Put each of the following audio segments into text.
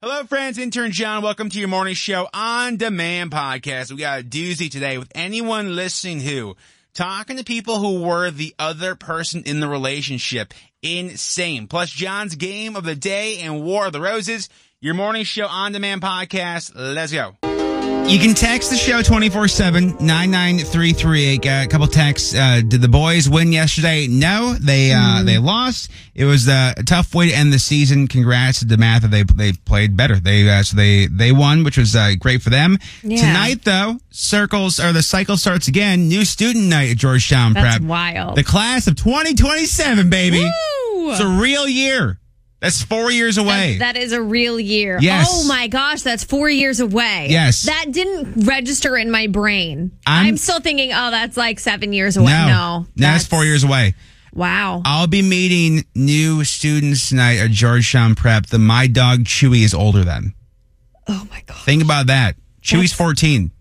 Hello, friends. Intern John, welcome to your morning show on demand podcast. We got a doozy today with anyone listening who talking to people who were the other person in the relationship. Insane. Plus John's game of the day and War of the Roses. Your morning show on demand podcast. Let's go. You can text the show 24 7 99338. Got a couple texts. Uh, did the boys win yesterday? No, they uh, Hmm. they lost. It was uh, a tough way to end the season. Congrats to DeMatha. They they played better. They uh, so they they won, which was uh, great for them. Tonight though, circles or the cycle starts again. New student night at Georgetown That's Prep. wild. The class of 2027, baby. It's a real year. That's four years away. That is a real year. Yes. Oh my gosh, that's four years away. Yes. That didn't register in my brain. I'm- I'm, still thinking, oh, that's like seven years away. No. no, that's four years away. Wow. I'll be meeting new students tonight at Georgetown Prep. The my dog Chewy is older than. oh my god. Think about that. Chewy's fourteen.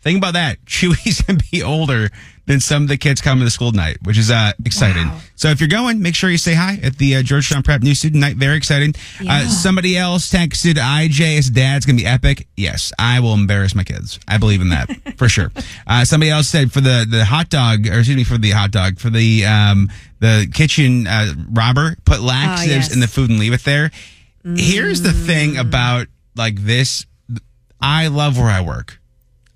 Think about that. Chewy's gonna be older than some of the kids coming to school tonight, which is uh, exciting. So if you're going, make sure you say hi at the uh, Georgetown Prep new student night. Very exciting. Uh, somebody else texted IJ. His dad's gonna be epic. Yes, I will embarrass my kids. I believe in that for sure. Uh, somebody else said for the the hot dog, or excuse me, for the hot dog for the um the kitchen uh, robber put laxatives yes. in the food and leave it there. Here's the thing about like this I love where I work.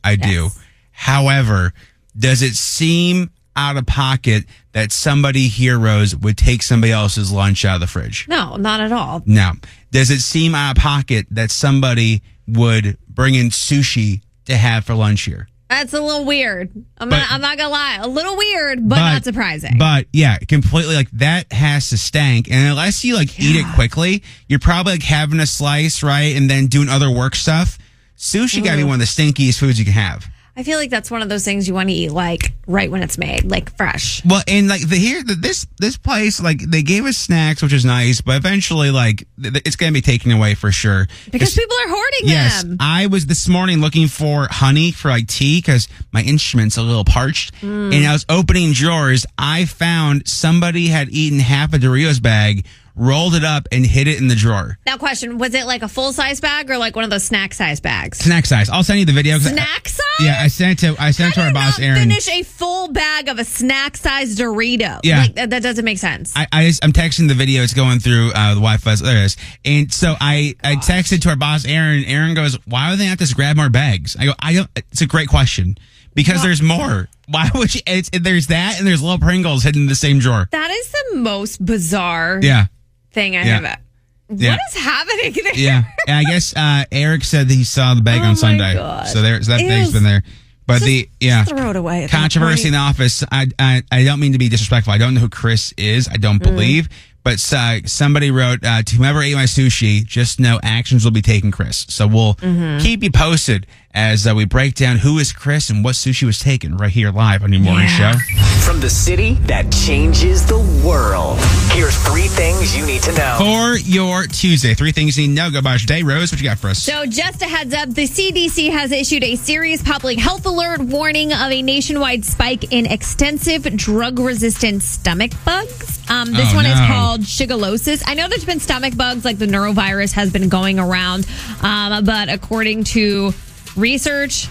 I do. However, does it seem out of pocket that somebody heroes would take somebody else's lunch out of the fridge? No, not at all. No. Does it seem out of pocket that somebody would bring in sushi to have for lunch here? That's a little weird. I'm But- not. I'm not gonna lie. A little weird, but, not surprising. But yeah, completely like that has to stank. And unless you like eat it quickly, you're probably like having a slice, right? And then doing other work stuff. Sushi Mm-hmm. gotta be one of the stinkiest foods you can have. I feel like that's one of those things you want to eat like right when it's made, like fresh. Well, and like the here the, this this place like they gave us snacks, which is nice, but eventually like th- th- it's gonna be taken away for sure. Because people are hoarding Yes, them. I was this morning looking for honey for like tea because my instrument's a little parched, Mm. and I was opening drawers. I found somebody had eaten half a Doritos bag, rolled it up, and hid it in the drawer. Now, question: Was it like a full size bag or like one of those snack size bags? Snack size. I'll send you the video. 'cause I- Snack size? yeah, I sent it to I sent it How do to our you boss not Aaron. Finish a full bag of a snack sized Dorito. Yeah. like, that, that doesn't make sense. I, I just, I'm texting the video. It's going through uh, the Wi-Fi. There it is. And so I, I texted to our boss, Aaron. Aaron goes, "Why would they not just grab more bags?" I go, "I don't." It's a great question because there's more. Why would you? It's, there's that, and there's little Pringles hidden in the same drawer. that is the most bizarre Yeah, thing I Yeah. have. e-, Yeah. What is happening there? yeah. and I guess uh, Eric said that he saw the bag Oh my on Sunday. gosh. So there, so that Ew. bag's been there. But the yeah Throw it away. at that controversy point. in the office. I, I I don't mean to be disrespectful. I don't know who Chris is. I Mm. don't believe. But uh, somebody wrote uh, to whomever ate my sushi, just know actions will be taken, Chris. So we'll Mm-hmm. keep you posted as uh, we break down who is Chris and what sushi was taken right here live on your morning Yeah. show. From the city that changes the world. Here's three things you need to know. For your Tuesday, three things you need to know about your day. Rose, what you got for us? So, just a heads up, the CDC has issued a serious public health alert warning of a nationwide spike in extensive drug resistant stomach bugs. Um, this Oh, one is no. called shigellosis. I know there's been stomach bugs, like the neurovirus has been going around, um, but according to research,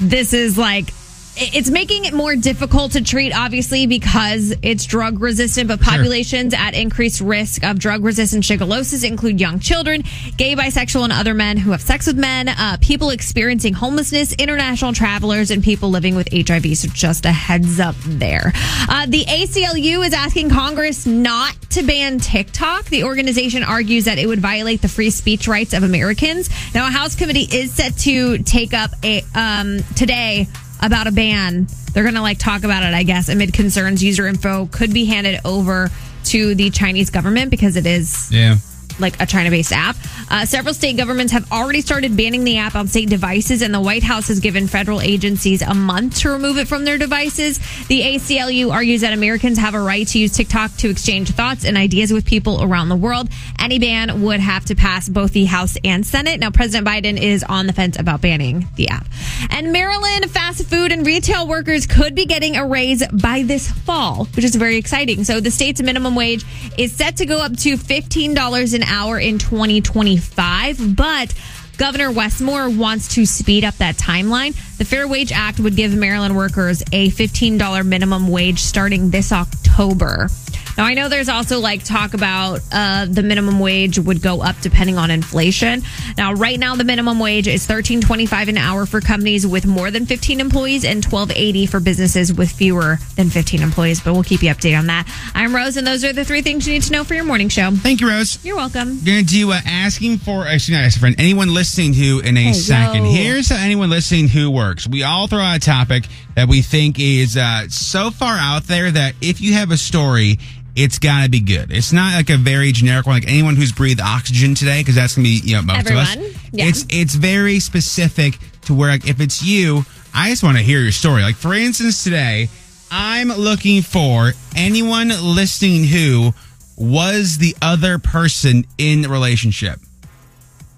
this is like. i- It's making it more difficult to treat, obviously, because it's drug resistant, but sure. population populations at increased risk of drug resistant shigellosis include young children, gay, bisexual, and other men who have sex with men, uh, people experiencing homelessness, international travelers, and people living with HIV. So, just a heads up there. Uh, the ACLU is asking Congress not to ban TikTok. The organization argues that it would violate the free speech rights of Americans. Now, a House committee is set to take up a um, today about a ban. They're going to like talk about it, I guess, amid concerns user info could be handed over to the Chinese government because it is yeah. like a China based app. Uh, several state governments have already started banning the app on state devices, and the White House has given federal agencies a month to remove it from their devices. The ACLU argues that Americans have a right to use TikTok to exchange thoughts and ideas with people around the world. Any ban would have to pass both the House and Senate. Now, President Biden is on the fence about banning the app. And Maryland fast food and retail workers could be getting a raise by this fall, which is very exciting. So the state's minimum wage is set to go up to $15 an hour in 2025, but Governor Westmore wants to speed up that timeline. The Fair Wage Act would give Maryland workers a $15 minimum wage starting this October. Now, I know there's also like talk about uh, the minimum wage would go up depending on inflation. Now, right now, the minimum wage is $13.25 an hour for companies with more than 15 employees and $12.80 for businesses with fewer than 15 employees, but we'll keep you updated on that. I'm Rose, and those are the three things you need to know for your morning show. Thank you, Rose. You're welcome. Gonna do uh, asking for actually not asking for anyone listening who in a second. yo. Here's how anyone listening who works. We all throw out a topic that we think is uh, so far out there that if you have a story, it's gotta be good. It's not like a very generic one, like anyone who's breathed oxygen today, because that's gonna be you know most of Everyone, us. yeah. It's it's very specific to where like if it's you, I just want to hear your story. Like for instance, today I'm looking for anyone listening who was the other person in the relationship.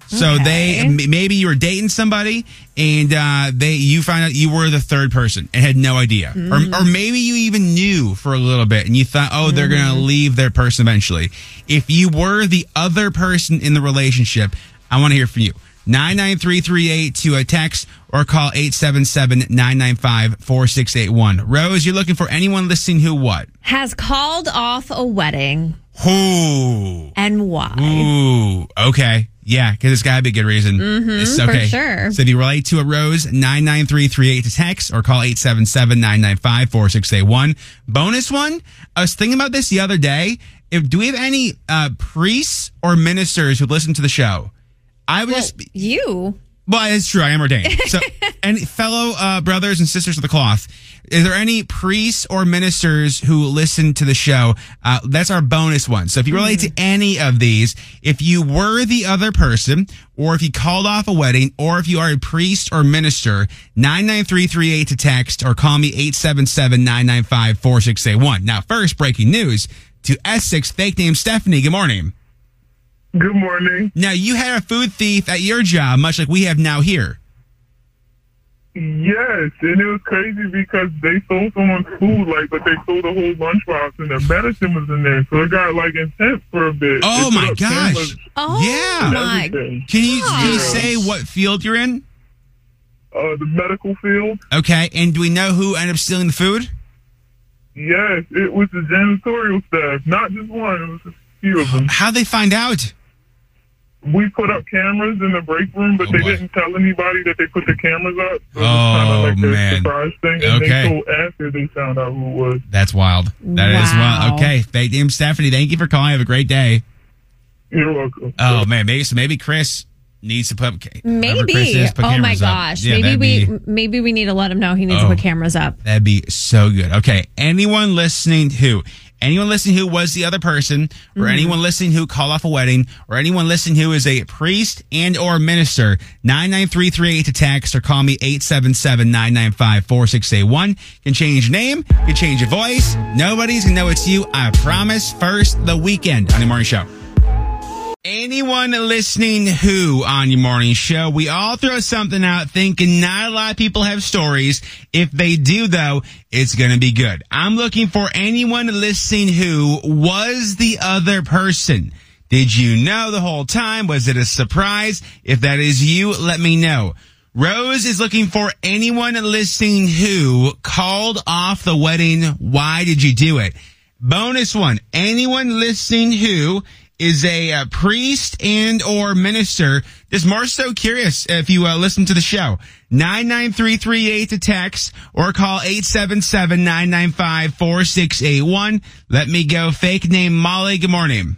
So Okay. they m- maybe you were dating somebody and uh, they you found out you were the third person and had no idea, or or maybe you even knew for a little bit and you thought, oh, they're gonna leave their person eventually. If you were the other person in the relationship, I want to hear from you. 99338 to a text or call 877-995-4681. Rose, you're looking for anyone listening who what? Has called off a wedding Who? and why? Ooh, okay. Yeah, because it's got to be a good reason. Mm-hmm, it's okay. sure. So if you relate to a rose, 99338 to text or call 877-995-4681. Bonus one, I was thinking about this the other day. If Do we have any uh, priests or ministers who listen to the show? I would just... You. Well, it's true. I am ordained. So, and fellow uh, brothers and sisters of the cloth, is there any priests or ministers who listen to the show? Uh, that's our bonus one. So, if you relate to any of these, if you were the other person, or if you called off a wedding, or if you are a priest or minister, 99338 to text or call me 877 995 4681. Now, first, breaking news to Essex fake name Stephanie. Good morning. Good morning. Now, you had a food thief at your job, much like we have now here. Yes, and it was crazy because they sold someone's food, like, but they sold a whole lunchbox and their medicine was in there, so it got like intense for a bit. Oh They put my up gosh. cameras Oh, Yeah. and my. everything. Can you, can you Gosh. say what field you're in? Uh, the medical field. Okay. And do we know who ended up stealing the food? Yes, it was the janitorial staff, not just one. It was a few of them. How'd they find out? We put up cameras in the break room, but Oh, they boy. didn't tell anybody that they put the cameras up. So it was Oh, kinda like a man. Surprise thing, and Okay. they told after they found out who it was. That's wild. That is Wow. wild. Okay. Fake name Stephanie. Thank you for calling. Have a great day. You're welcome. Oh man, maybe so maybe Chris needs to put okay, whoever Chris Maybe. is, put oh my cameras up. gosh. Yeah, that'd maybe be- we maybe we need to let him know he needs Oh. to put cameras up. That'd be so good. Okay. Anyone listening who, anyone listening who was the other person, or anyone listening who called off a wedding, or anyone listening who is a priest and or minister, 99338 to text or call me 877-995-4681. Can change your name, can change your voice. Nobody's gonna know it's you. I promise. First, the weekend on the morning show. Anyone listening who on your morning show, we all throw something out thinking not a lot of people have stories. If they do though, it's going to be good. I'm looking for anyone listening who was the other person. Did you know the whole time? Was it a surprise? If that is you, let me know. Rose is looking for anyone listening who called off the wedding. Why did you do it? Bonus one. Anyone listening who is a uh, priest and or minister is more so curious if you uh, listen to the show. 99338 to text or call 877-995-4681. Let me go. Fake name Molly. Good morning.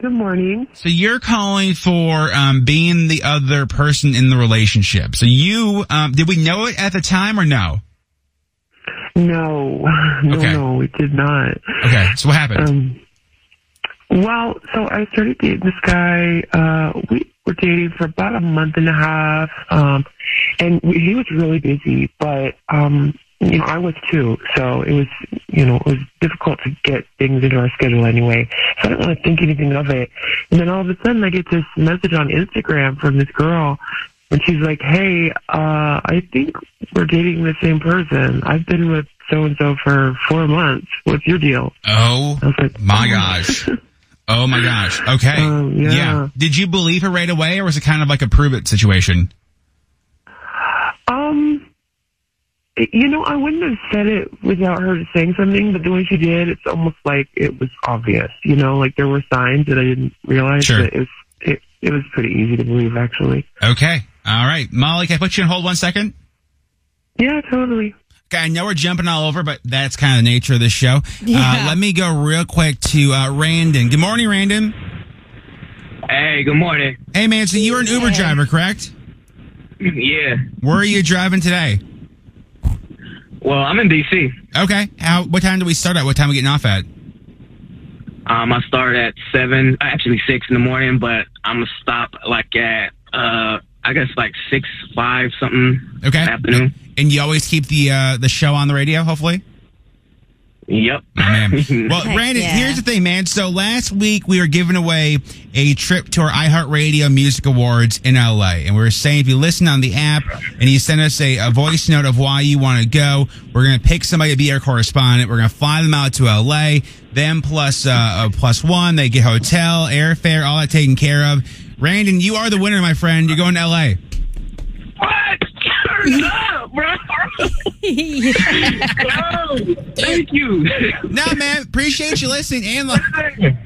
Good morning. So you're calling for um, being the other person in the relationship. So you, um, did we know it at the time or no? No, no, Okay. no, it did not. Okay. So what happened? Um, Well, so I started dating this guy. Uh, we were dating for about a month and a half, um, and we, he was really busy. But um, you know, I was too, so it was you know it was difficult to get things into our schedule anyway. So I didn't really think anything of it. And then all of a sudden, I get this message on Instagram from this girl. And she's like, "Hey, uh, I think we're dating the same person. I've been with so and so for four months. What's your deal?" Oh my gosh. Oh my gosh. Okay. Um, yeah. Did you believe her right away or was it kind of like a prove it situation? Um, you know, I wouldn't have said it without her saying something, but the way she did, it's almost like it was obvious. You know, like there were signs that I didn't realize. Sure. But it was it, it was pretty easy to believe, actually. Okay. All right. Molly, can I put you on hold one second? Yeah, totally. Okay, I know we're jumping all over, but that's kind of the nature of this show. Uh, Yeah. let me go real quick to uh, Randon. Good morning, Randon. Hey, good morning. Hey, Manson, you were an Uber driver, correct? Yeah. Where are you driving today? Well, I'm in DC. Okay. How? What time do we start at? What time are we getting off at? Um, I start at seven, uh, actually six in the morning, but I'm gonna stop like at uh, I guess like six five something. Okay. Afternoon. And you always keep the uh, the show on the radio, hopefully. Yep. man. Well, Heck Brandon, yeah. here's the thing, man. So last week we were giving away a trip to our iHeartRadio Music Awards in LA. And we were saying if you listen on the app and you send us a, a voice note of why you want to go, we're going to pick somebody to be our correspondent. We're going to fly them out to LA. Them plus, uh, uh, plus one. They get hotel, airfare, all that taken care of. Brandon, you are the winner, my friend. You're going to LA. What? Turn up, bro. Oh, Thank you. No, man. Appreciate you listening. And like,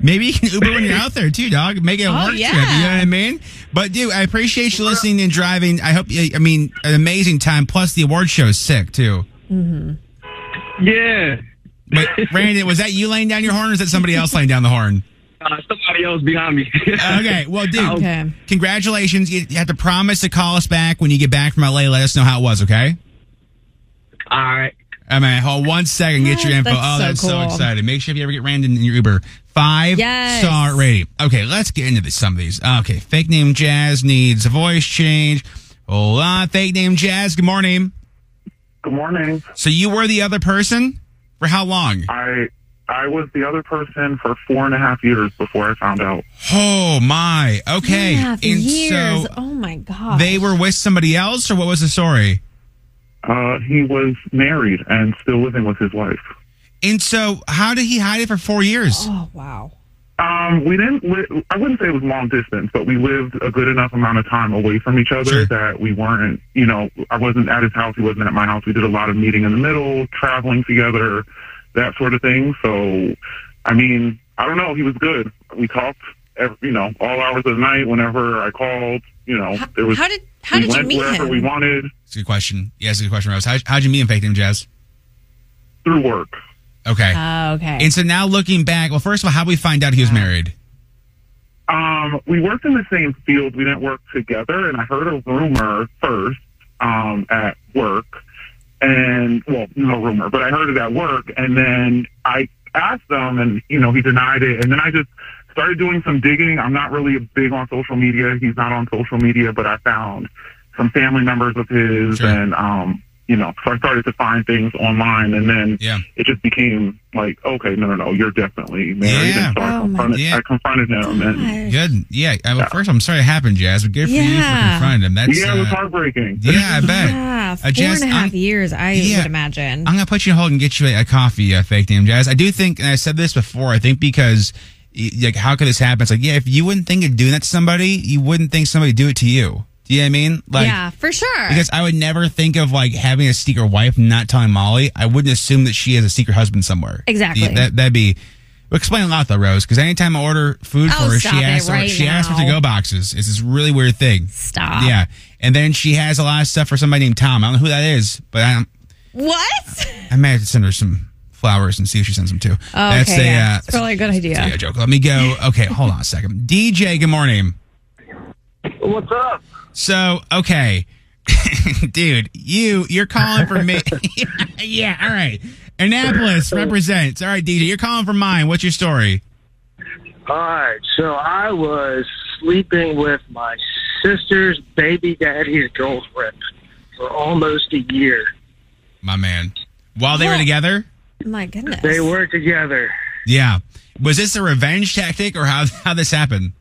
maybe you can Uber when you're out there too, dog. Make it a Oh, work yeah. trip. You know what I mean? But dude, I appreciate you listening and driving. I hope. you I mean, an amazing time. Plus, the award show is sick too. Mm-hmm. Yeah. But Brandon, was that you laying down your horn, or is that somebody else laying down the horn? Uh, somebody else behind me. Okay. Well, dude, Okay. congratulations. You you have to promise to call us back when you get back from LA. Let us know how it was. Okay. All right. I mean, hold one second, get your info. That's oh, so that's so cool. exciting. Make sure if you ever get random in your Uber, five Yes. star rating. Okay, let's get into this, some of these. Okay, fake name Jazz needs a voice change. Hold on, fake name Jazz. Good morning. Good morning. So you were the other person for how long? I I was the other person for four and a half years before I found out. Oh my. Okay, Yeah, for years. so oh my god. they were with somebody else, or what was the story? Uh, he was married and still living with his wife. And so, how did he hide it for four years? Oh wow. Um, we didn't. Li- I wouldn't say it was long distance, but we lived a good enough amount of time away from each other Sure. that we weren't. You know, I wasn't at his house. He wasn't at my house. We did a lot of meeting in the middle, traveling together, that sort of thing. So, I mean, I don't know. He was good. We talked. Every, you know, all hours of the night. Whenever I called, you know, How, there was. how did how we did you went meet wherever him? we wanted It's a good question. Yeah, it's a good question, Rose. How, how'd you meet him, fake name Jazz? through work. Okay. Oh, okay. And so now looking back, well, first of all, how do we find out he was married? Um, we worked in the same field. We didn't work together, and I heard a rumor first um, at work, and well, no rumor, but I heard it at work, and then I asked him, and you know, he denied it, and then I just started doing some digging. I'm not really big on social media. He's not on social media, but I found some family members of his, Sure. and um, you know, so I started to find things online, and then Yeah. it just became like, okay, no, no, no, you're definitely married. Yeah. And so I, Oh, my confronted, Yeah. I confronted him, and. Good. Yeah. I, well, first, I'm sorry it happened, Jazz, but good for you for Yeah. confronting him. That's, yeah, it was uh, heartbreaking. yeah, I bet. Yeah, four Uh, Jazz, and a half I'm- years. I Yeah. would imagine. Mm-hmm. I'm gonna put you on hold and get you a, a coffee, uh, fake name jazz. I do think, and I said this before. I think because, y- like, how could this happen? It's like, yeah, if you wouldn't think of doing that to somebody, you wouldn't think somebody would do it to you. Do you know what I mean? Like, yeah, for sure. because I would never think of like having a secret wife and not telling Molly. I wouldn't assume that she has a secret husband somewhere. Exactly. Yeah, that that'd be. Well, explain a lot though, Rose, because anytime I order food Oh, for her, she stop it asks for- right she asks for now. to go boxes. It's this really weird thing. Stop. Yeah, and then she has a lot of stuff for somebody named Tom. I don't know who that is, but I what? I may have to send her some flowers and see if she sends them too. Oh, That's okay, a yeah. uh, It's probably a good that's idea. a joke. Let me go. Okay, hold on a second. DJ, good morning. What's up? So okay, dude, you you're calling for me? yeah, all right. Annapolis represents. All right, DJ, you're calling for mine. What's your story? All right, so I was sleeping with my sister's baby daddy's girlfriend for almost a year. My man. While they were together? My goodness. They were together. Yeah. Was this a revenge tactic or how, how this happened?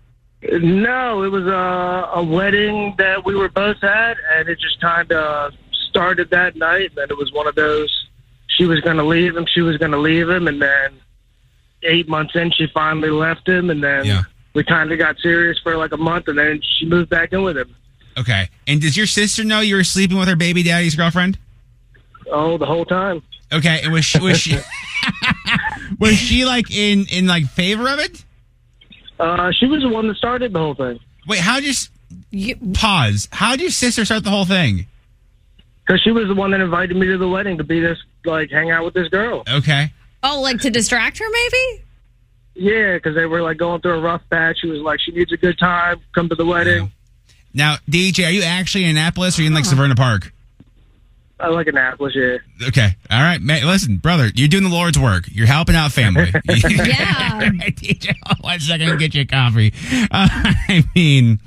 No, it was a, a wedding that we were both at, and it just kind of started that night. Then it was one of those she was going to leave him, she was going to leave him, and then eight months in, she finally left him, and then we kind of got serious for like a month, and then she moved back in with him. Okay. And does your sister know you were sleeping with her baby daddy's girlfriend? Oh, the whole time. Okay. And was she, was she, was she like in, in like favor of it? Uh, she was the one that started the whole thing. Wait, how'd you, s- pause. How'd your sister start the whole thing? Because she was the one that invited me to the wedding to be this, like, hang out with this girl. Okay. Oh, like to distract her, maybe? Yeah, because they were, like, going through a rough patch. She was like, she needs a good time. Come to the wedding. Now, DJ, are you actually in Annapolis or are you in like Severna Park? I like Annapolis, yeah. Okay. All right. Man, listen, brother, you're doing the Lord's work. You're helping out family. Yeah. DJ, one second, I'll get you a coffee. Uh, I mean,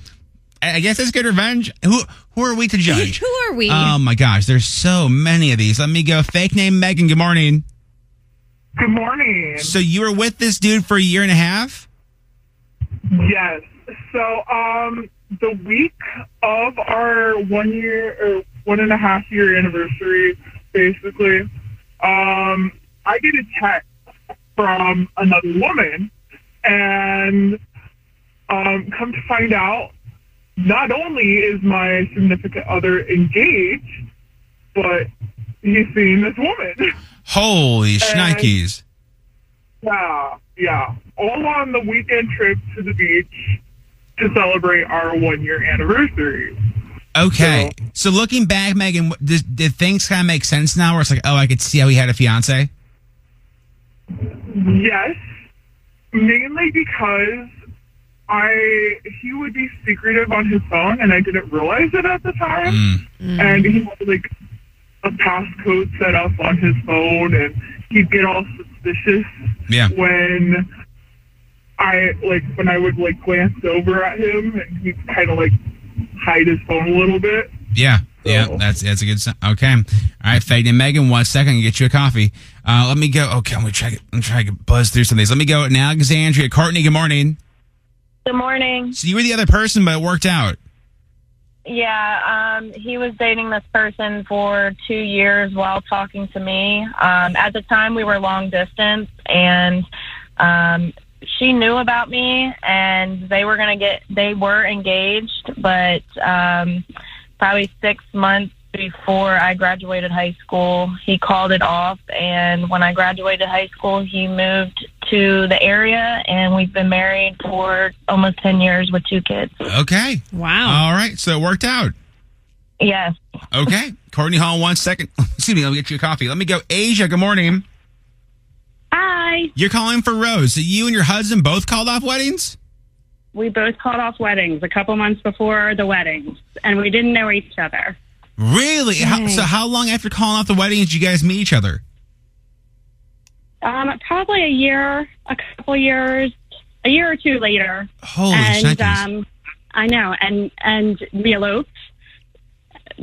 I I guess that's good revenge. Who who are we to judge? Who are we? Oh my gosh, there's so many of these. Let me go. Fake name Megan. Good morning. Good morning. So you were with this dude for a year and a half? Yes. So, um, the week of our one year or one and a half year anniversary, basically, um, I get a text from another woman, and um, come to find out, not only is my significant other engaged, but he's seeing this woman. Holy shnikes. Yeah, yeah. All on the weekend trip to the beach to celebrate our one year anniversary. Okay. So looking back, Megan, what- did, did things kind of make sense now where it's like, oh, I could see how he had a fiance? Yes, mainly because I he would be secretive on his phone, and I didn't realize it at the time. And he had like a passcode set up on his phone, and he'd get all suspicious Yeah. when I like when I would like glance over at him, and he'd kind of like hide his phone a little bit. Yeah. Yeah, that's that's a good sign. Okay, all right, Fagan and Megan. One second, I'm gonna get you a coffee. Uh, let me go. Okay, I'm gonna try. I'm trying to buzz through some of these. Let me go. And Alexandria Courtney. Good morning. Good morning. So you were the other person, but it worked out. Yeah, um, he was dating this person for two years while talking to me. Um, at the time, we were long distance, and um, she knew about me, and they were gonna get they were engaged, but um, probably six months before I graduated high school, he called it off. And when I graduated high school, he moved to the area, and we've been married for almost ten years with two kids. Okay. Wow. All right, so it worked out. Yes. Okay, Courtney Hall. One second. Excuse me. I'll get you a coffee. Let me go. Asia. Good morning. Hi. You're calling for Rose. So you and your husband both called off weddings. We both called off weddings a couple months before the weddings, and we didn't know each other. Really? How, so how long after calling off the wedding did you guys meet each other? Um, probably a year, a couple years, a year or two later. Holy and shnikes. um, I know, and and we eloped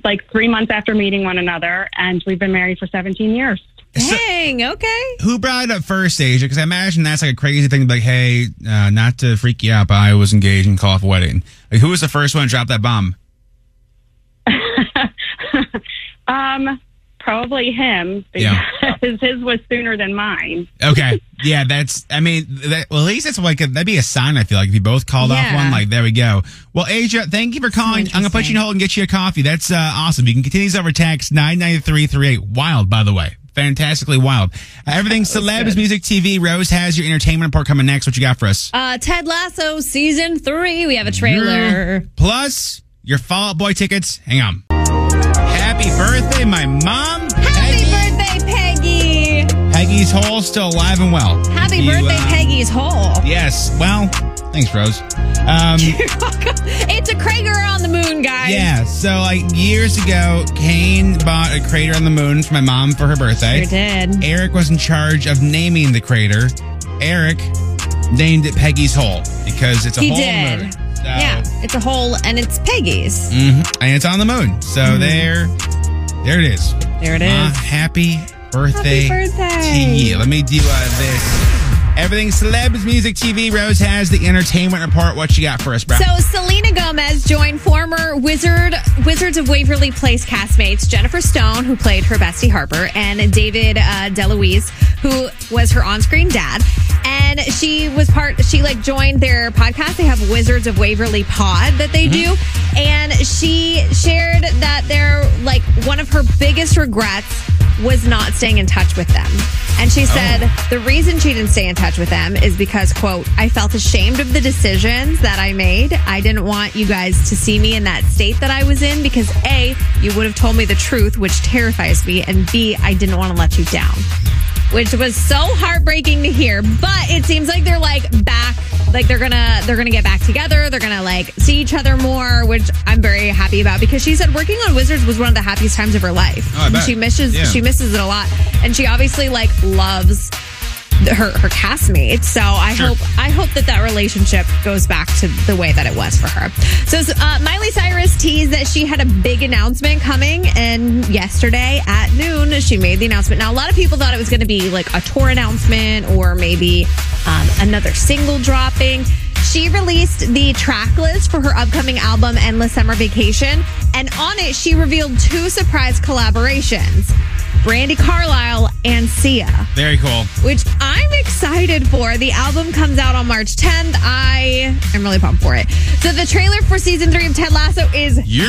like three months after meeting one another, and we've been married for seventeen years. Dang. Okay. Who brought it up first, Asia? Because I imagine that's like a crazy thing. to be Like, hey, uh, not to freak you out, but I was engaged and call off a wedding. Like, who was the first one to drop that bomb? Um, probably him because his was sooner than mine. Okay, yeah, that's. I mean, that, well, at least that's like a, that'd be a sign. I feel like if you both called off Yeah. one, like there we go. Well, Asia, thank you for calling. I'm gonna put you in hold and get you a coffee. That's uh, awesome. You can continue these over text nine ninety three three eight. Wild, by the way, fantastically wild. Uh, everything celebs, music, TV. Rose has your entertainment report coming next. What you got for us? Uh, Ted Lasso season three. We have a trailer. Plus, your Fall Out Boy tickets. Hang on. Happy birthday, my mom. Happy birthday, Peggy. Peggy's Hole still alive and well. Happy You, birthday, uh, Peggy's hole. Yes. Well, thanks, Rose. Um, It's a Krager on the moon, guys. yeah. So, like years ago, Kane bought a crater on the moon for my mom for her birthday. Sure did. Eric was in charge of naming the crater. Eric named it Peggy's Hole because it's a he whole did. moon. Yeah, it's a hole and it's Peggy's. hmm And it's on the moon. So there, there it is. Mm-hmm. There it it is. is. happy birthday, birthday. to you. Let me do uh, this. Everything celebs, music, TV. Rose has the entertainment report. What you got for us, bro? So Selena Gomez joined former Wizard Wizards of Waverly Place castmates Jennifer Stone, who played her bestie Harper, and David uh, DeLuise, who was her on-screen dad. And she was part. She like joined their podcast. They have Wizards of Waverly Pod that they do, and she shared that they're like one of her biggest regrets was not staying in touch with them. And she said the reason she didn't stay in touch with them is because, quote, I felt ashamed of the decisions that I made. I didn't want you guys to see me in that state that I was in because A, you would have told me the truth, which terrifies me, and B, I didn't want to let you down. Which was so heartbreaking to hear, but it seems like they're like back, like they're gonna they're gonna get back together. They're gonna like see each other more, which I'm very happy about because she said working on Wizards was one of the happiest times of her life. Oh, I bet. She misses Yeah. she misses it a lot, and she obviously like loves th- her her castmates. So I Sure. hope I hope that that relationship goes back to the way that it was for her. So uh, Miley Cyrus teased that she had a big announcement coming, and yesterday at noon she made the announcement. Now a lot of people thought it was going to be like a tour announcement or maybe um, another single dropping. She released the track list for her upcoming album Endless Summer Vacation, and on it she revealed two surprise collaborations. Brandy Carlisle and Sia Very cool. which I'm excited for. The album comes out on March 10th. I am really pumped for it. So the trailer for season three of Ted Lasso is here.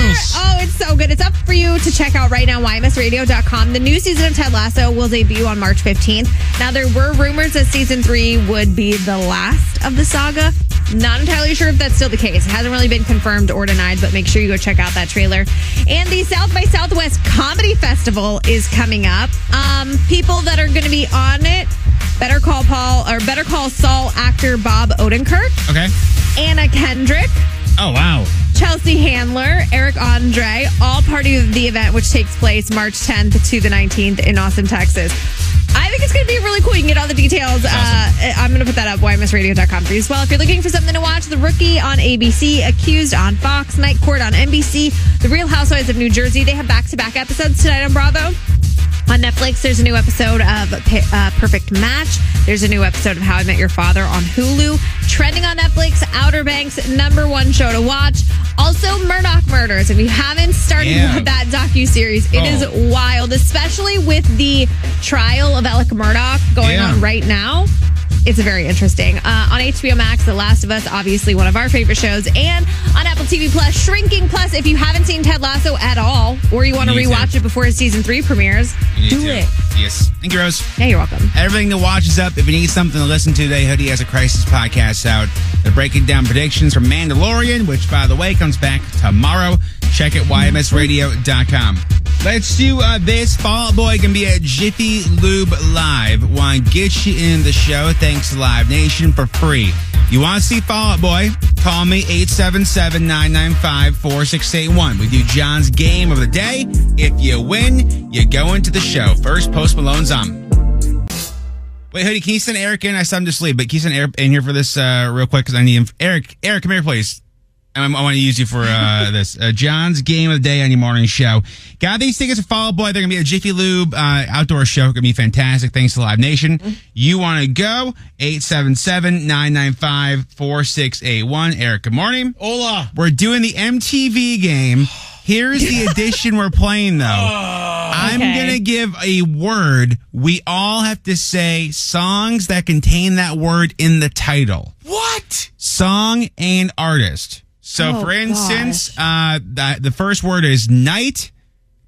Oh, it's so good. It's up for you to check out right now, YMSradio.com. The new season of Ted Lasso will debut on March 15th. Now, there were rumors that season three would be the last of the saga. Not entirely sure if that's still the case. It hasn't really been confirmed or denied, but make sure you go check out that trailer. And the South by Southwest Comedy Festival is coming up. Um, people that are going to be on it, Better Call Paul or Better Call Saul actor Bob Odenkirk, Okay. Anna Kendrick, Oh wow. Chelsea Handler, Eric Andre, all part of the event, which takes place March 10th to the 19th in Austin, Texas. I think it's going to be really cool. You can get all the details. Uh, I'm going to put that up, ymisradio.com for you as well. If you're looking for something to watch, The Rookie on ABC, Accused on Fox, Night Court on NBC, The Real Housewives of New Jersey. They have back to back episodes tonight on Bravo. On Netflix, there's a new episode of P- uh, Perfect Match. There's a new episode of How I Met Your Father on Hulu. Trending on Netflix, Outer Banks, number one show to watch. Also, Murdoch Murders. If you haven't started Yeah. with that docu series, it is Oh. wild, especially with the trial of Alec Murdoch going Yeah. on right now. It's very interesting. Uh, on HBO Max, The Last of Us, obviously one of our favorite shows, and on Apple TV Plus, Shrinking Plus. If you haven't seen Ted Lasso at all, or you want to You need to. rewatch it before season three premieres, You need do to. it. Yes. Thank you, Rose. Yeah, you're welcome. Everything to watch is up. If you need something to listen to today, Hoodie has a Crisis podcast out. They're breaking down predictions for Mandalorian, which, by the way, comes back tomorrow. Check it, ymsradio.com. Let's do uh, this. Fall Out Boy can be at Jiffy Lube Live. Want to get you in the show thanks to Live Nation for free. You want to see Fall Out Boy? Call me 877 995 4681. We do John's game of the day. If you win, you go into the show. First, Post Malone's on. Wait, hoodie, can you send Eric in? I saw him just leave, but can you send Eric in here for this uh, real quick? Because I need him. Eric, Eric, come here, please. I, I want to use you for uh, this. Uh, John's game of the day on your morning show. Got these tickets for Fall Out Boy. They're going to be a Jiffy Lube uh, outdoor show. Going to be fantastic. Thanks to Live Nation. You want to go? 877-995-4681. Eric, good morning. Hola. We're doing the MTV game. Here's the edition we're playing, though. I'm Okay. going to give a word. We all have to say songs that contain that word in the title. What? Song and artist. So, Oh, for instance, uh, the, the first word is night.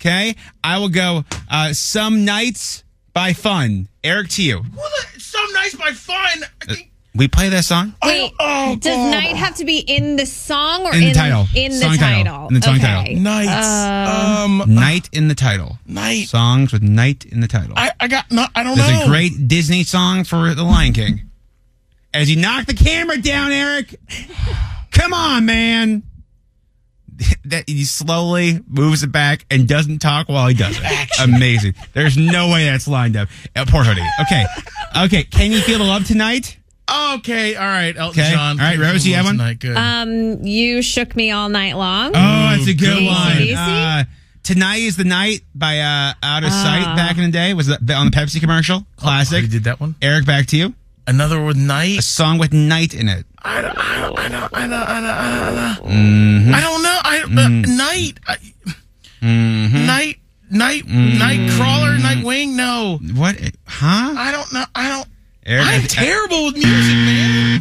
Okay. I will go uh, Some Nights by Fun. Eric to you. Some nice by fun. We play that song? Wait, oh, does night have to be in the song or In the title. In the Song title. title. In the song okay. title. Um, night in the title. Night. Songs with night in the title. I, I got no. I don't There's know. a great Disney song for The Lion King. As you knock the camera down, Eric. Come on, man. That he slowly moves it back and doesn't talk while he does it. Amazing. There's no way that's lined up. Uh, poor hoodie. Okay. Okay. Can you feel the love tonight? Okay, all right, Elton Okay. John. All right, Rose, you have one? Tonight, good. Um, you shook me all night long. Oh, that's a good AC/DC? one. Uh, Tonight is the night by uh, Out of Sight. Ah. Back in the day, was that on the Pepsi commercial? Classic. He Oh, did that one. Eric, back to you. Another with night. A song with night in it. I don't, I don't, I don't, I don't, I don't, I don't know. Mhm. I don't know. I, uh, Mhm. Night, I, Mhm. night, night, night crawler, night wing. No, What? Mm-hmm. Huh? I don't know. I don't. Eric, I'm I- terrible with music, man.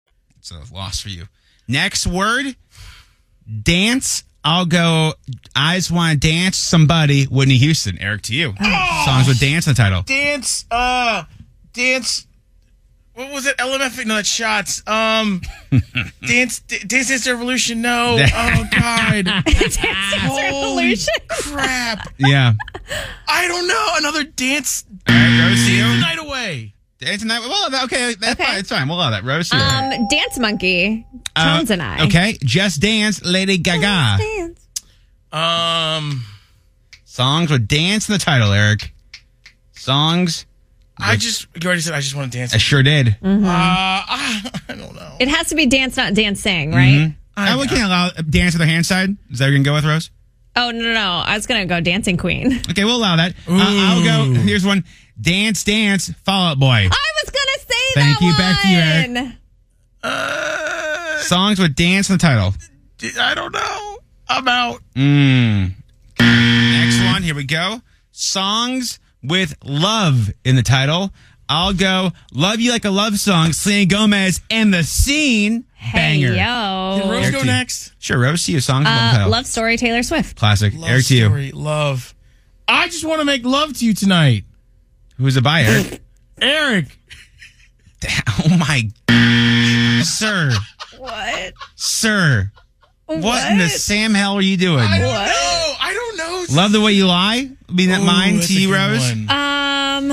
It's a loss for you. Next word, dance. I'll go. I just want to dance somebody. Whitney Houston. Eric, to you. Oh. Songs with dance in the title. Dance, uh, dance. What was it? LMF, no, that's shots. Um, dance, D- dance, dance revolution. No, oh god, Dance Dance Holy Revolution. crap. Yeah. I don't know. Another dance, All right, Rose, to you. night away. Dance night. Well, that- okay, that's fine. It's fine. We'll allow that. Rose, to you. Um, Dance Monkey, Uh, Tones and I. Okay, Just Dance, Lady Gaga. Dance. Um, Songs with dance in the title, Eric. Songs. I just you already said I just want to dance. I sure did. Mm-hmm. Uh, I, I don't know. Mm-hmm. It has to be dance, not dancing, right? I we can't allow dance with the hand side. Is that what you're gonna go with, Rose? Oh no, no, no! I was gonna go dancing queen. Okay, we'll allow that. Uh, I'll go. Here's one. Dance, dance, Fall Out Boy. I was gonna say Thank that you. one. Back to you, Eric. Ah. Uh, Songs with dance in the title. d- I don't know. I'm out. Mm. Next one. Here we go. Songs with love in the title. I'll go love you like a love song. Selena Gomez and the scene. Hey Banger. yo, Rose Eric go to you. next? Sure, Rose. See you. Songs with love uh, title. love story Taylor Swift. Classic. Love Eric to you. story, love. I just want to make love to you tonight, Who's a buyer? Eric? Eric. oh my, sir, What? sir. What, in the Sam hell are you doing? I don't know. I don't know. Love the way you lie. Be that Ooh, mine that's to a you, good Rose. one. Um,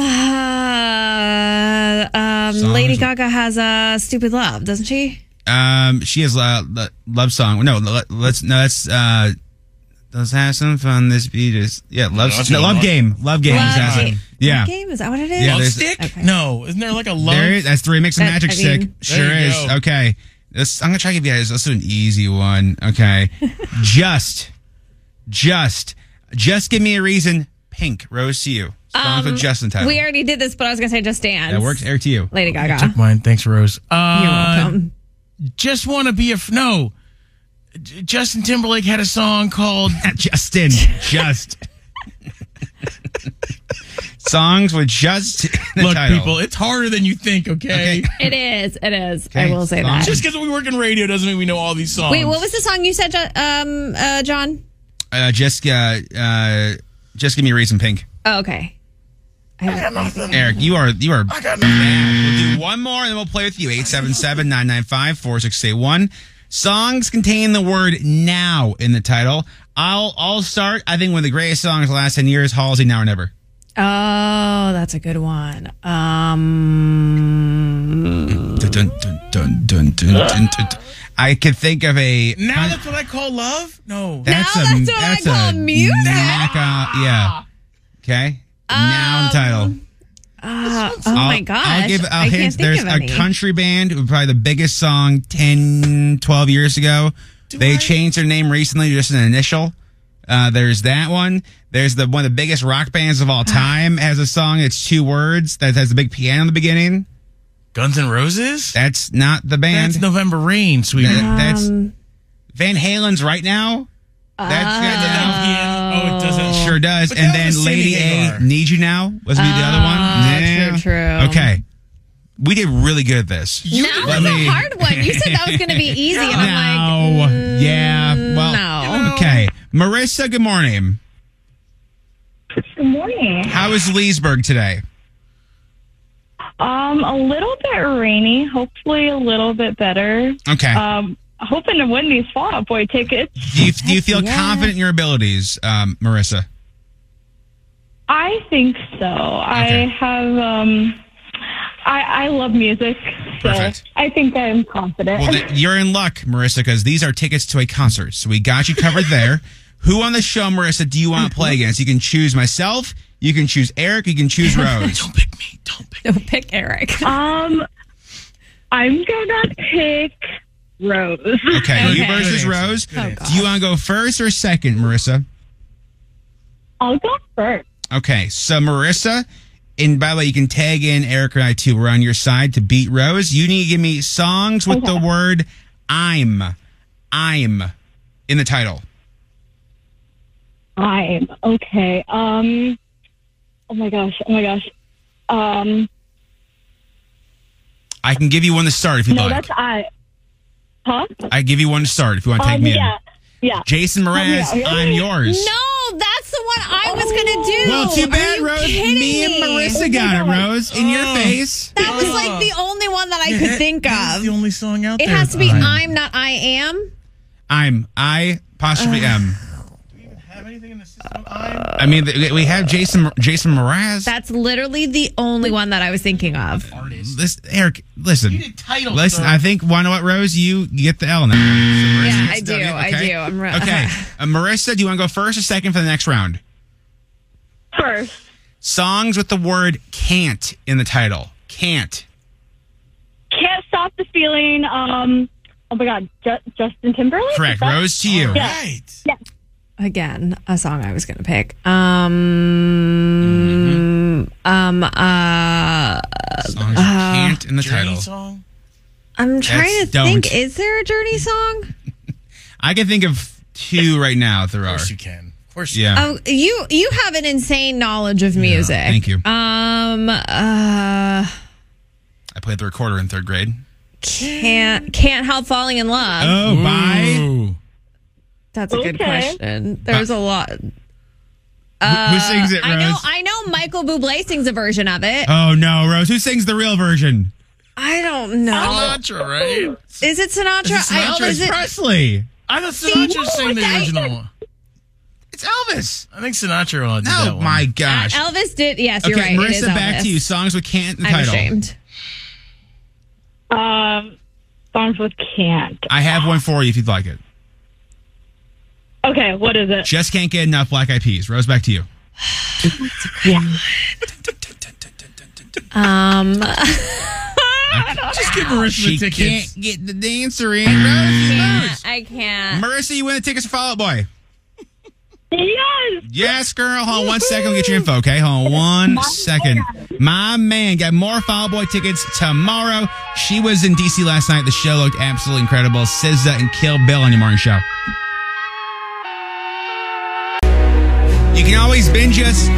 uh, um, Songs Lady with- Gaga has a stupid love, doesn't she? Um, she has a love song. No, le- let's no. That's uh, let's have some fun. This be just yeah. Love that's no, what I love want. game. Love game. Love exactly. Game. Yeah. Game is that what it is? Yeah, love there's- stick? Okay. No, isn't there like a love? There it- that's the remix of That- Magic I Stick. mean- sure There you is. go. Okay. This, I'm gonna try to give you guys. Let's do an easy one. Okay. just, just, just give me a reason. Pink Rose to you. Songs with Justin title. Um, We already did this, but I was gonna say just dance. That works. Eric to you. Lady Gaga. Took mine. Thanks, Rose. Uh, You're welcome. Just want to be a f- no. J- Justin Timberlake had a song called Justin. Just. Songs with just the "Look, title. people." It's harder than you think. Okay. It is. It is. Okay, I will say songs. that. Just because we work in radio doesn't mean we know all these songs. Wait, what was the song you said, Jo- um, uh, John? Uh, just, uh, uh, just give me a reason, Pink. Oh, okay. Eric, you are you are. I got We'll do one more and then we'll play with you. 877-995-4681. Songs contain the word now in the title. I'll I'll start. I think one of the greatest songs of the last ten years, Halsey Now or Never. Oh, that's a good one. Um, Dun, dun, dun, dun, dun, dun, dun, dun. I could think of a Now that's what I call love. No. Now that's what I call music? knock out- yeah. Okay. now in the title. uh, oh my gosh. I'll I give out can't hints. think There's of a any. country band, who probably the biggest song 10, 12 years ago. they changed their name recently, to just an initial. Uh, there's that one. There's the one of the biggest rock bands Ah. of all time has a song. It's two words that has a big piano in the beginning. Guns N' Roses. That's not the band. That's November Rain, sweetie. That- that's Um, Van Halen's right now. That's got the- oh, it doesn't. Sure does. But And that then was a Lady singing A, bar. Need You Now was be the other one. Ah, true, true. Okay. We did really good at this. now Let is me- a hard one. You said that was going to be easy, and I'm like, mm, no. yeah. Well, no. You know- okay. Marissa, good morning. Good morning. How is Leesburg today? Um, a little bit rainy. Hopefully, a little bit better. Okay. Um, hoping to win these Fall Out Boy tickets. Do you, do you feel confident in your abilities, um, Marissa? I think so. I have. Um, I I love music, so Perfect. I think I am confident. Well, th- you're in luck, Marissa, because these are tickets to a concert. So we got you covered there. Who on the show, Marissa, do you want to play against? You can choose myself. You can choose Eric. You can choose Rose. Don't pick Eric. Um, I'm gonna pick Rose. Okay, you versus Rose. Oh, do you want to go first or second, Marissa? I'll go first. Okay, so Marissa, and by the way, you can tag in Eric and I too. We're on your side to beat Rose. You need to give me songs with the word "I'm," "I'm" in the title. I'm okay. Um, oh my gosh, oh my gosh. Um, I can give you one to start if you'd no, like. that's I. Huh? I give you one to start if you want to take um, me yeah, yeah. Oh, in. Jason Mraz, yeah. I'm yours. No, that's the one I was gonna Oh. do. Well, too Are bad, you Rose. kidding Oh. Me and Marissa got it, Rose. In Oh. your face. That was like the only one that I could think of. the only song out It there. has to be Fine. I'm not I am. I'm I apostrophe M. I mean, th- we have Jason Jason Mraz. That's literally the only one that I was thinking of. This Eric, listen. titles, listen, though. I think why know what Rose, you, you get the L now. So Marissa Yeah, gets I the do, I do. I'm re- okay, uh, Marissa, do you want to go first or second for the next round? First, Songs with the word "can't" in the title. Can't. can't stop the feeling. Um, oh my God, Ju- Justin Timberlake. Correct. Is that- Rose to you. Yeah. Yeah. Again, a song I was gonna pick. Um, um, uh, Mm-hmm. Songs with uh, "can't" in the title. I'm trying to That's don't. think. Is there a Journey song? I can think of two right now. If there are. Of course you can. Of course. Yeah. Oh, you you have an insane knowledge of music. thank you. Um, uh, I played the recorder in third grade. can't can't help falling in love. Oh, bye. That's a good Okay. question. There's a lot. Uh, who sings it, I know. Rose? I know. Michael Bublé sings a version of it. Oh no, Rose. Who sings the real version? I don't know. right? Is it Sinatra? Is it I- Sinatra? is it- Presley. I thought Sinatra sang the I- original one. It's Elvis. I think Sinatra did that Oh one. my gosh. Elvis did. Yes, okay, you're right. Marissa, it is back Elvis. to you. Songs with "can't" in the I'm title. ashamed. Um, songs with can't. I have one for you if you'd like it. Okay, what is it? Just can't get enough black eyed peas. Rose, back to you. Um, Just give Marissa She the tickets. can't get the dancer in. Rose, Rose. I can't. Marissa, you win the tickets to Fall Out Boy. Yes. Yes, girl. Hold on one second. We'll get your info, okay? Hold on one second. My man got more Fall Out Boy tickets tomorrow. She was in D.C. last night. The show looked absolutely incredible. SZA and Kill Bill on your morning show. You can always binge us.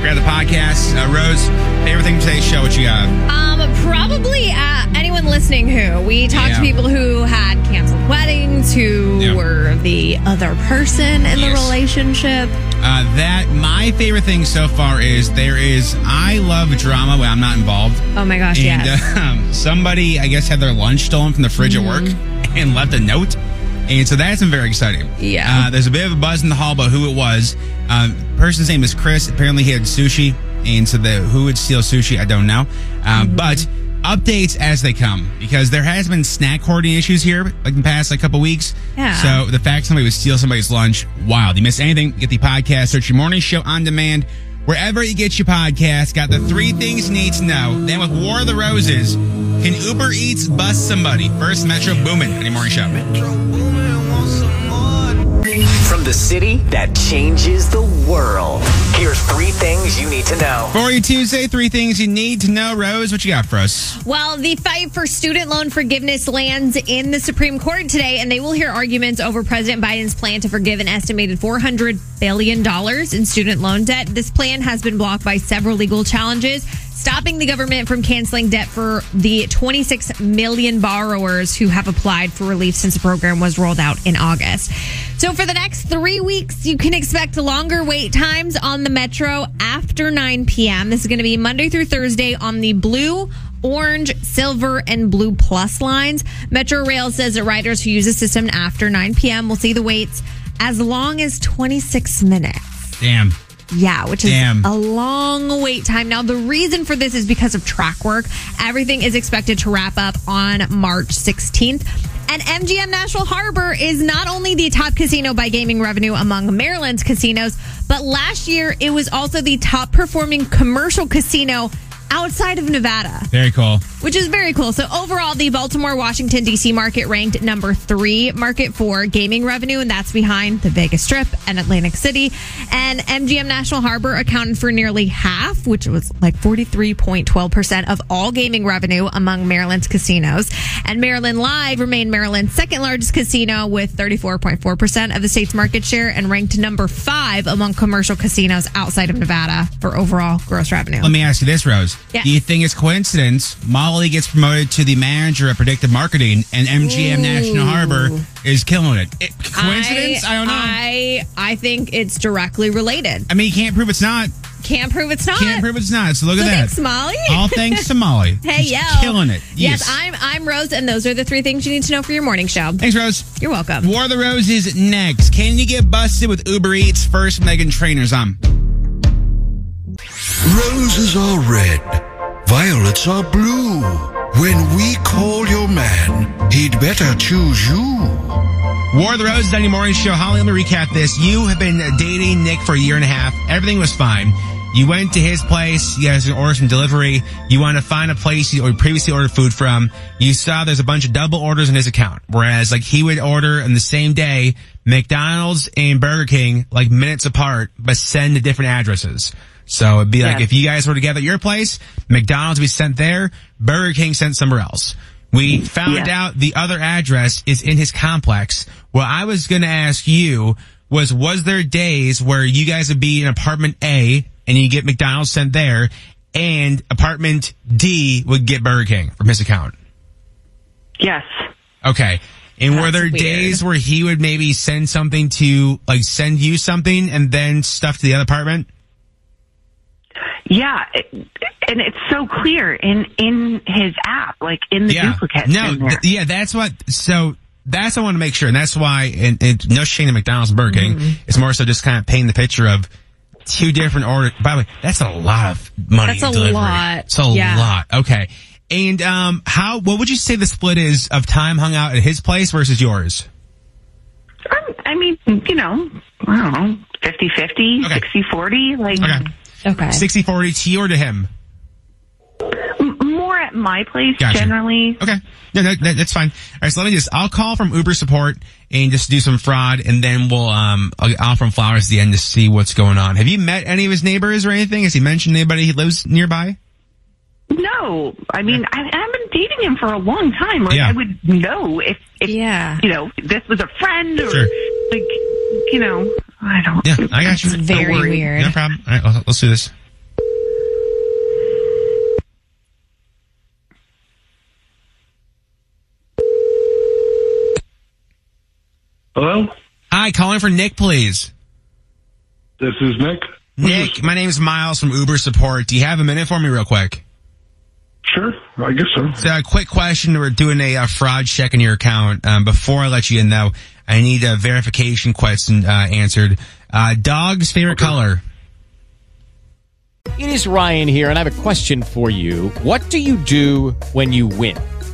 Grab the podcast. Uh, Rose, favorite thing from today's show, what you got? Um, probably uh, anyone listening who we talked Yeah. to people who had canceled weddings, who Yeah. were the other person in the Yes. relationship. Uh, that my favorite thing so far is there is I love drama when I'm not involved. Oh my gosh, and yes. um, somebody I guess had their lunch stolen from the fridge at work and left a note, and so that's been very exciting. Mm-hmm. Yeah. uh, there's a bit of a buzz in the hall about who it was. Um, person's name is Chris. Apparently, he had sushi, and so the who would steal sushi, I don't know. Um, Mm-hmm. But updates as they come because there has been snack hoarding issues here like in the past like couple weeks. Yeah. So the fact somebody would steal somebody's lunch, wild. You miss anything, get the podcast, search your morning show on demand. Wherever you get your podcast, got the three things you need to know. Then with War of the Roses, can Uber Eats bust somebody? First Metro Boomin on your morning show. From the city that changes the world, here's three things you need to know. For you Tuesday, three things you need to know. Rose, what you got for us? Well, the fight for student loan forgiveness lands in the Supreme Court today, and they will hear arguments over President Biden's plan to forgive an estimated $400 billion in student loan debt. This plan has been blocked by several legal challenges. stopping the government from canceling debt for the 26 million borrowers who have applied for relief since the program was rolled out in August. So for the next three weeks, you can expect longer wait times on the metro after 9 p.m. This is going to be Monday through Thursday on the blue, orange, silver, and blue plus lines. Metro Rail says that riders who use the system after 9 p.m. will see the waits as long as 26 minutes. Damn. Yeah, which is Damn. a long wait time. Now, the reason for this is because of track work. Everything is expected to wrap up on March 16th. And MGM National Harbor is not only the top casino by gaming revenue among Maryland's casinos, but last year it was also the top performing commercial casino outside of Nevada Very cool. which is very cool. So overall, the Baltimore, Washington, D.C. market ranked number three market for gaming revenue, and that's behind the Vegas Strip and Atlantic City. And MGM National Harbor accounted for nearly half, which was like 43.12% of all gaming revenue among Maryland's casinos. And Maryland Live remained Maryland's second largest casino with 34.4% of the state's market share and ranked number five among commercial casinos outside of Nevada for overall gross revenue. Let me ask you this, Rose. Yeah. Do you think it's coincidence Molly gets promoted to the manager of predictive marketing and MGM National Ooh. Harbor is killing it? It- coincidence? I, don't know. I, I I think it's directly related. mean, you can't prove it's not. Can't prove it's not. Can't prove it's not. So look So at that. thanks, Molly. All thanks to Molly. Hey She's yo, Killing it. Yes. I'm I'm Rose, and those are the three things you need to know for your morning show. Thanks, Rose. You're welcome. War of the Roses next. Can you get busted with Uber Eats first Megan Trainers on? Roses are red, violets are blue. When we call your man, he'd better choose you. War of the Roses Sunday morning show. Holly, let me recap this. You have been dating Nick for a year and a half. Everything was fine. You went to his place. You guys ordered some delivery. You want to find a place you previously ordered food from. You saw there's a bunch of double orders in his account. Whereas like he would order on the same day McDonald's and Burger King like minutes apart, but send to different addresses. So it'd be like Yeah. if you guys were together at your place, McDonald's would be sent there, Burger King sent somewhere else. We found Yeah. out out the other address is in his complex. What I was going to ask you was, was there days where you guys would be in apartment A and you get McDonald's sent there and apartment D would get Burger King from his account? Yes. Okay. And were That's there weird. days where he would maybe send something to, like send you something and then stuff to the other apartment? Yeah, it- and it's so clear in in his app, like in the yeah. duplicates. No, in there. th- yeah, that's what. So that's what I want to make sure, and that's why. And, and no shame to McDonald's and Burger King. Mhm. Mm-hmm. It's more so just kind of painting the picture of two different orders. By the way, that's a lot of money. That's in a delivery. lot. It's a Yeah. lot. Okay. And um, how? What would you say the split is of time hung out at his place versus yours? I mean, you know, I don't know, 50 50, 60 40, like. Okay. Okay. 60 40 to you or to him? More at my place Gotcha. generally. Okay. No, no, that- that's fine. All right, so let me just, I'll call from Uber support and just do some fraud and then we'll, um, I'll I'll from flowers at the end to see what's going on. Have you met any of his neighbors or anything? Has he mentioned anybody he lives nearby? No, I mean, I, I've been dating him for a long time. Like, Yeah. I would know if, if yeah. you know, this was a friend or, Sure. like, you know, I don't Yeah, I got you. It's very Don't worry. weird. No problem. All right, let's, let's do this. Hello? Hi, calling for Nick, please. This is Nick. Nick, my name's Miles from Uber support. Do you have a minute for me real quick? Sure, I guess so. So a quick question. We're doing a, uh fraud check in your account. Um, before I let you in though, I need a verification question, uh, answered. Uh, dog's favorite color. It is Ryan here, and I have a question for you. What do you do when you win?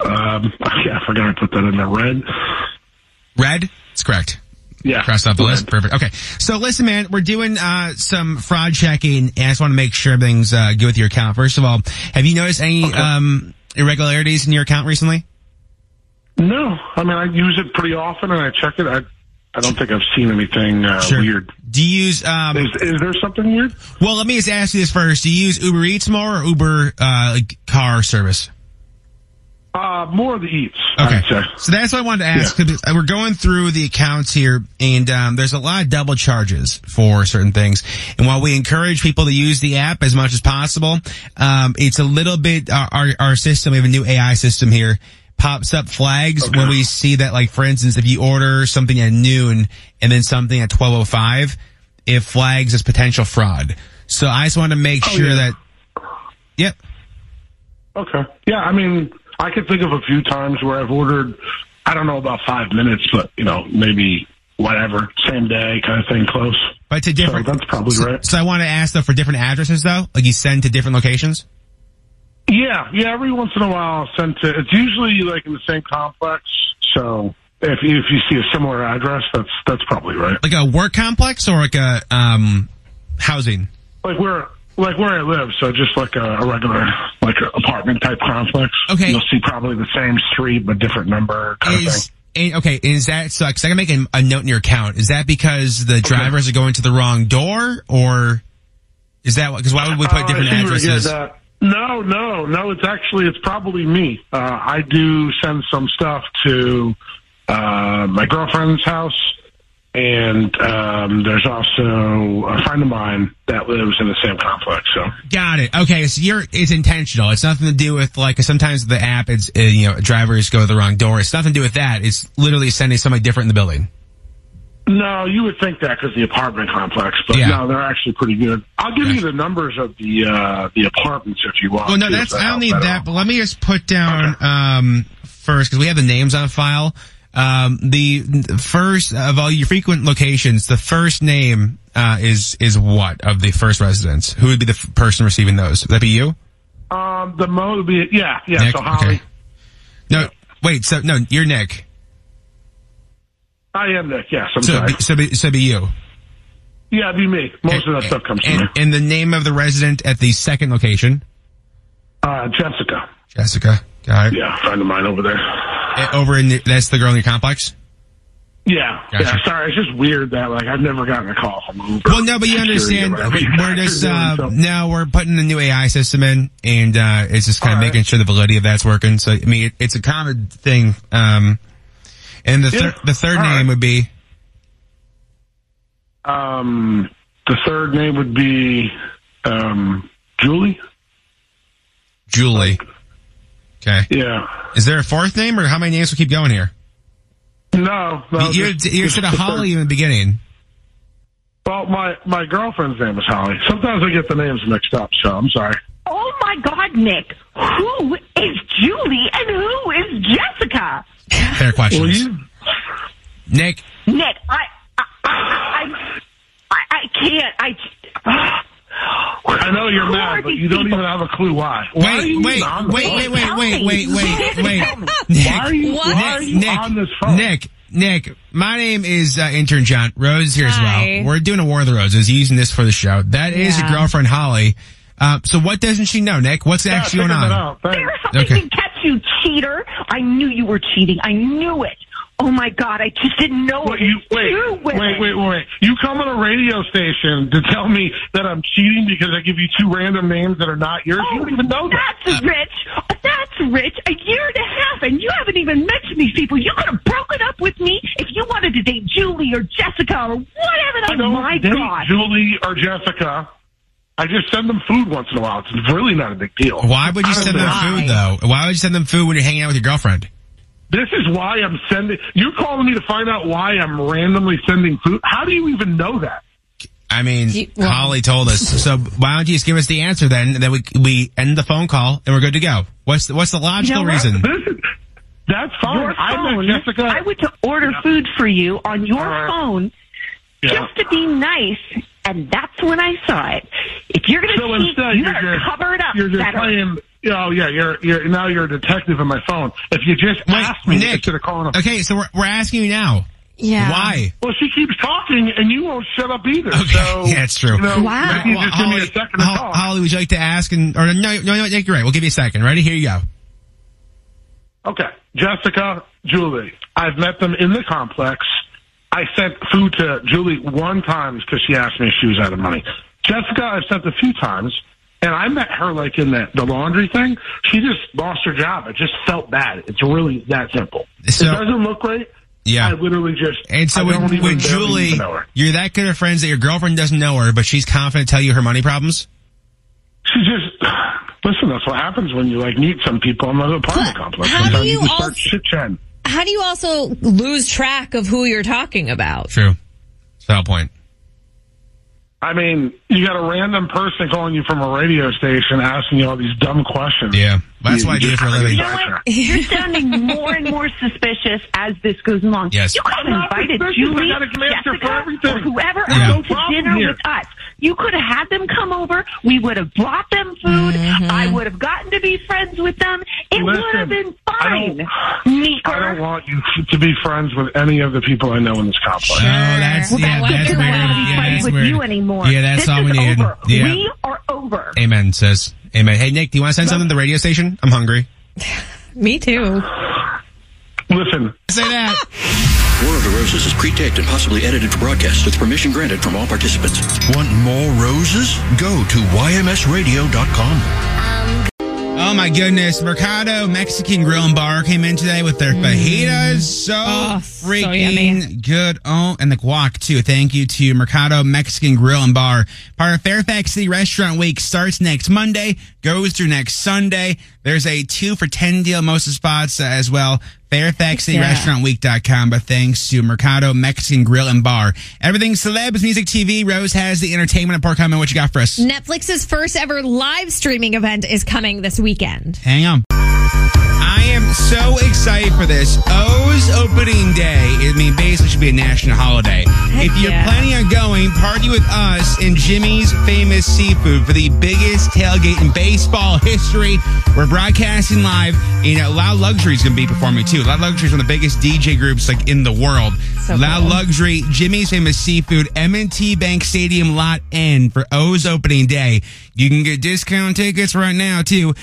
Um, yeah, I forgot I put that in there. Red? Red? That's correct. Yeah. Cross off the list. Perfect. Okay. So listen, man, we're doing uh, some fraud checking, and I just want to make sure everything's uh, good with your account. First of all, have you noticed any um, irregularities in your account recently? No, I mean I use it pretty often, and I check it. I I don't think I've seen anything uh, weird. Do you use? Um, is, is there something weird? Well, let me just ask you this first. Do you use Uber Eats more or Uber uh, like car service? Uh, more of the eats. Okay. So that's what I wanted to ask. 'cause We're going through the accounts here, and um, there's a lot of double charges for certain things. And while we encourage people to use the app as much as possible, um, it's a little bit our, our, our system. We have a new AI system here. Pops up flags when we see that, like for instance, if you order something at noon and then something at twelve oh five, it flags as potential fraud. So I just want to make Oh, sure that. Yep. Okay. Yeah, I mean, I can think of a few times where I've ordered, I don't know about five minutes, but you know, maybe whatever, same day kind of thing, close. But to different. So that's probably so, right. So I want to ask though for different addresses though, like you send to different locations. Yeah, yeah. Every once in a while, I'll send to. It's usually like in the same complex. So if you, if you see a similar address, that's that's probably right. Like a work complex or like a um housing. Like where like where I live, so just like a, a regular like a apartment type complex. Okay. You'll see probably the same street but different number kind of thing. Is and, okay, is that so? Because I can make a, a note in your account. Is that because the drivers are going to the wrong door, or is that because why would we put Oh, different I see where you're addresses? getting at. No, no, no. It's actually it's probably me. Uh, I do send some stuff to uh, my girlfriend's house, and um, there's also a friend of mine that lives in the same complex. So Got it. Okay, so you're it's intentional. It's nothing to do with like sometimes the app. It's uh, you know drivers go to the wrong door. It's nothing to do with that. It's literally sending somebody different in the building. no, you would think that because the apartment complex, but Yeah. no, they're actually pretty good. I'll give you the numbers of the uh, the apartments if you want. Well, no, too, if that's I don't helps need at all. that. But let me just put down um, first because we have the names on file. Um, the the first of all your frequent locations, the first name uh, is is what of the first residents? Who would be the f- person receiving those? Would that be you? Um, the mo would be yeah, yeah. Nick? So Holly, Okay. No, wait. So no, you're Nick. I am Nick. Yes, I'm so sorry. Be, so be, so be you. yeah, it'd be me. Most of that stuff comes from me. And, and the name of the resident at the second location, Uh, Jessica. Jessica. Got it. Yeah, friend of mine over there. Eh, Over in the, that's the girl in your complex. Yeah. Gotcha. Yeah. Sorry, it's just weird that like I've never gotten a call from Uber. Well, no, but you Security understand. or whatever we- you We're guys just are doing, uh, so- now we're putting a new AI system in, and uh, it's just kind of making sure the validity of that's working. So I mean, it, it's a common thing. Um, and the thir- Yeah. the third name would be Um, the third name would be um, Julie. Julie. Okay. Yeah. Is there a fourth name, or how many names will keep going here? No, no. you just- you just said a the third- Holly in the beginning. Well, my my girlfriend's name is Holly. Sometimes I get the names mixed up, so I'm sorry. Oh my God, Nick! Who is Julie and who is Jessica? Fair questions. Nick, Nick, I, I, I, I, I can't. I. I know you're mad, but you don't even have a clue why. Why are you wait, even on the wait, phone? wait, wait, wait, wait, wait, wait. Why are you, why are you Nick, on this phone? Nick, Nick, my name is uh, intern John Rhodes here Hi. as well. We're doing a War of the Roses, using this for the show. That is Yeah. your girlfriend Holly. Uh, so what doesn't she know, Nick? What's Yeah, actually going figure that on? out. There is something Okay. to catch you, cheater. I knew you were cheating. I knew it. Oh my God, I just didn't know Wait, it. you, wait, You women. wait, wait, wait. You come on a radio station to tell me that I'm cheating because I give you two random names that are not yours? you don't even know that. That's rich. That's rich. A year and a half, and you haven't even mentioned these people. You could have broken up with me if you wanted to date Julie or Jessica or whatever. I Oh don't my date God. Julie or Jessica. I just send them food once in a while. It's really not a big deal. Why would you send them Honestly. food though? Why would you send them food when you're hanging out with your girlfriend? This is why I'm sending. You're calling me to find out why I'm randomly sending food. How do you even know that? I mean, He- well- Holly told us. So why don't you just give us the answer then? And then we we end the phone call and we're good to go. What's the, what's the logical what? reason? That's fine. Your I phone. met Jessica. I went to order food for you on your phone just to be nice, and that's when I saw it. If you're going to So cheat, instead, you you're better just, cover it up You're just better. playing. You know, yeah, you're you're now you're a detective in my phone. If you just asked me Nick. instead of calling a Okay, so we're, we're asking you now. Yeah. Why? Well, she keeps talking, and you won't shut up either. So yeah, it's true. You know, Wow. maybe just give me a Holly, second to Ho- talk. Holly, would you like to ask? And or no, no, no, you're right. We'll give you a second. Ready? Here you go. Okay, Jessica, Julie. I've met them in the complex. I sent food to Julie one time because she asked me if she was out of money. Jessica, I've sent a few times, and I met her like in the, the laundry thing. She just lost her job. It just felt bad. It's really that simple. it doesn't look great. Yeah. I literally just And so I don't with, even with barely Julie, even know her. you're that good of friends that your girlfriend doesn't know her, but she's confident to tell you her money problems. She just listen. That's what happens when you like meet some people in the apartment complex. how do Sometimes you just all- start chit chatting? How do you also lose track of who you're talking about? True. That's the whole point. I mean, you got a random person calling you from a radio station asking you all these dumb questions. Yeah, that's what I do for a living. You know what? You're sounding more and more suspicious as this goes along. Yes. You could I'm have not invited suspicious. Julie, I got a commander for Jessica, everything. or whoever Yeah. else No to problem dinner here. with us. You could have had them come over. We would have brought them food. Mm-hmm. I would have gotten to be friends with them. It would have been fine. I don't want you to be friends with any of the people I know in this complex. Oh, that's Well, yeah, that way that's they weird. don't wanna be Yeah, friends that's with weird. you anymore. Yeah, that's This all we is needed. over. Yeah. We are over. Amen, sis. Amen. Hey, Nick, do you want to send something to the radio station? I'm hungry. Me too. Listen, Say that. War of the Roses is pre-taped and possibly edited for broadcast with permission granted from all participants. Want more roses? Go to ymsradio.com. Oh my goodness, Mercado Mexican Grill and Bar came in today with their fajitas. So freaking good. Oh, and the guac too. Thank you to Mercado Mexican Grill and Bar. Part of Fairfax City Restaurant Week starts next Monday, goes through next Sunday. There's a two for 10 deal at most of the spots uh, as well. Fairfax City Yeah. Restaurant restaurantweek.com, but thanks to Mercado Mexican Grill and Bar. Everything celebs, music, TV. Rose has the entertainment report coming. What you got for us? Netflix's first ever live streaming event is coming this weekend. Hang on. I am so excited for this. O's opening day, I mean, basically should be a national holiday. if you're yeah. planning on going, party with us in Jimmy's Famous Seafood for the biggest tailgate in baseball history. We're broadcasting live. You know, Loud Luxury is going to be performing too. Loud Luxury is one of the biggest DJ groups like in the world. Loud Luxury, Jimmy's Famous Seafood, M&T Bank Stadium Lot N for O's opening day. You can get discount tickets right now too.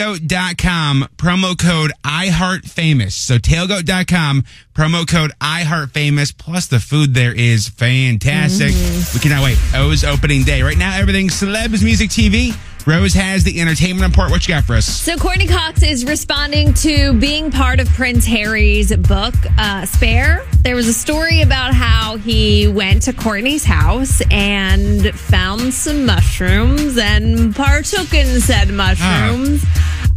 Tailgoat.com, promo code iHeartFamous. So tailgoat.com, promo code iHeartFamous. Plus the food there is fantastic. We cannot wait. O's opening day. Right now, everything celebs music TV. Rose has the entertainment report. What you got for us? So Courtney Cox is responding to being part of Prince Harry's book uh, Spare. There was a story about how he went to Courtney's house and found some mushrooms and partook in said mushrooms.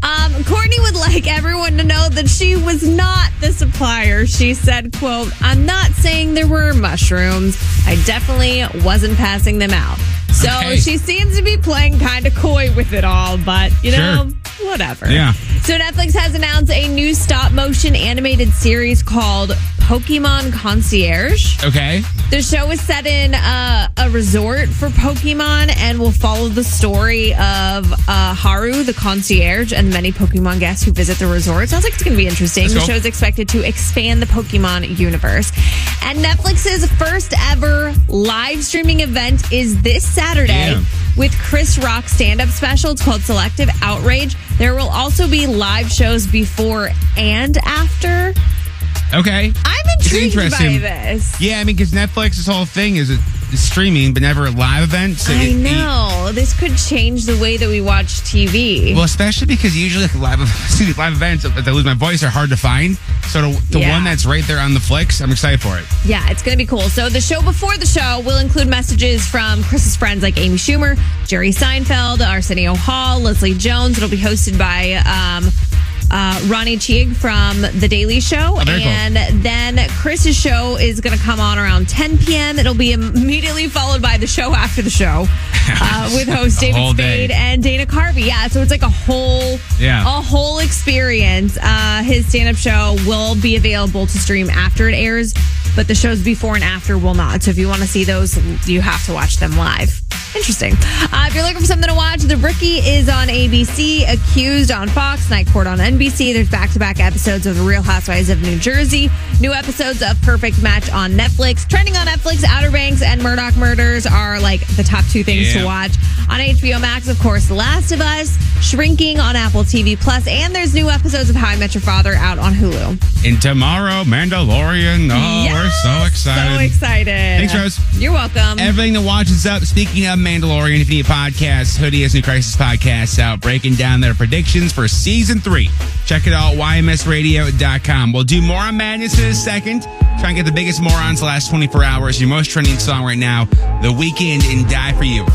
Um, Courtney would like everyone to know that she was not the supplier. She said, "quote I'm not saying there were mushrooms. I definitely wasn't passing them out." So Okay. she seems to be playing kind of coy with it all, but you know, whatever. Yeah. So Netflix has announced a new stop motion animated series called Pokemon Concierge. Okay. The show is set in uh, a resort for Pokemon and will follow the story of uh, Haru, the concierge, and the many Pokemon guests who visit the resort. Sounds like it's going to be interesting. That's The cool. show is expected to expand the Pokemon universe. And Netflix's first ever live streaming event is this Saturday Yeah. with Chris Rock stand up special. It's called Selective Outrage. There will also be live shows before and after. Okay. I'm It's intrigued by interesting. this. Yeah, I mean, because Netflix's whole thing is a is streaming, but never a live event. So I it- know. This could change the way that we watch TV. Well, especially because usually like, live see, these live events, if I lose my voice, are hard to find. So the, the Yeah. one that's right there on the flicks, I'm excited for it. yeah, it's going to be cool. So, the show before the show will include messages from Chris's friends like Amy Schumer, Jerry Seinfeld, Arsenio Hall, Leslie Jones. It'll be hosted by um, uh, Ronnie Chig from The Daily Show. Oh, very cool. and then Chris's show is going to come on around 10 p.m. It'll be immediately followed by the show after the show uh, with host A whole David day. Spade and Dana Carvey. Yeah, so it's like a whole Yeah. a whole experience. Uh, his stand up show will be available to stream after it airs, but the shows before and after will not. So if you want to see those, you have to watch them live. Interesting. Uh, if you're looking for something to watch, The Rookie is on ABC, Accused on Fox, Night Court on NBC. There's back to back episodes of The Real Housewives of New Jersey, new episodes of Perfect Match on Netflix. Trending on Netflix, Outer Banks and Murdoch Murders are like the top two things Yeah. to watch. On HBO Max, of course, The Last of Us, Shrinking on Apple TV Plus, and there's new episodes of How I Met Your Father out on Hulu. And tomorrow, Mandalorian. Oh, we're so excited. So excited. Thanks, Rose. You're welcome. Everything to watch is up. Speaking of Mandalorian, if you need a podcast, Hoodie has new Crisis podcasts out breaking down their predictions for season three. Check it out, ymsradio.com. We'll do more on madness in a second. Try and get the biggest morons the last 24 hours. Your most trending song right now, The Weekend and Die For You.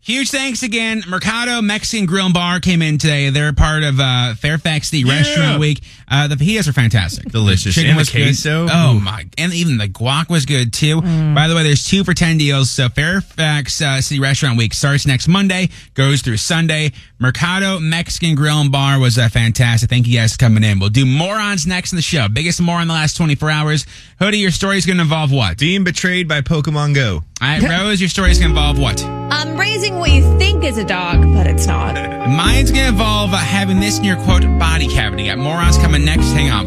Huge thanks again. Mercado Mexican Grill and Bar came in today. They're part of uh, Fairfax the Restaurant Week. Uh, the fajitas are fantastic. Delicious. Chicken And the was good. queso. Oh Ooh. my! And even the guac was good too. By the way, there's two for ten deals. So Fairfax uh, City Restaurant Week starts next Monday, goes through Sunday. Mercado Mexican Grill and Bar was uh, fantastic. Thank you guys for coming in. We'll do morons next in the show. Biggest moron in the last 24 hours. Hoodie, your story's going to involve what? Being betrayed by Pokemon Go. All right, Rose, your story's going to involve what? I'm Um, raising what you think is a dog, but it's not. Mine's gonna involve uh, having this in your quote body cavity. Got morons coming next. Hang on.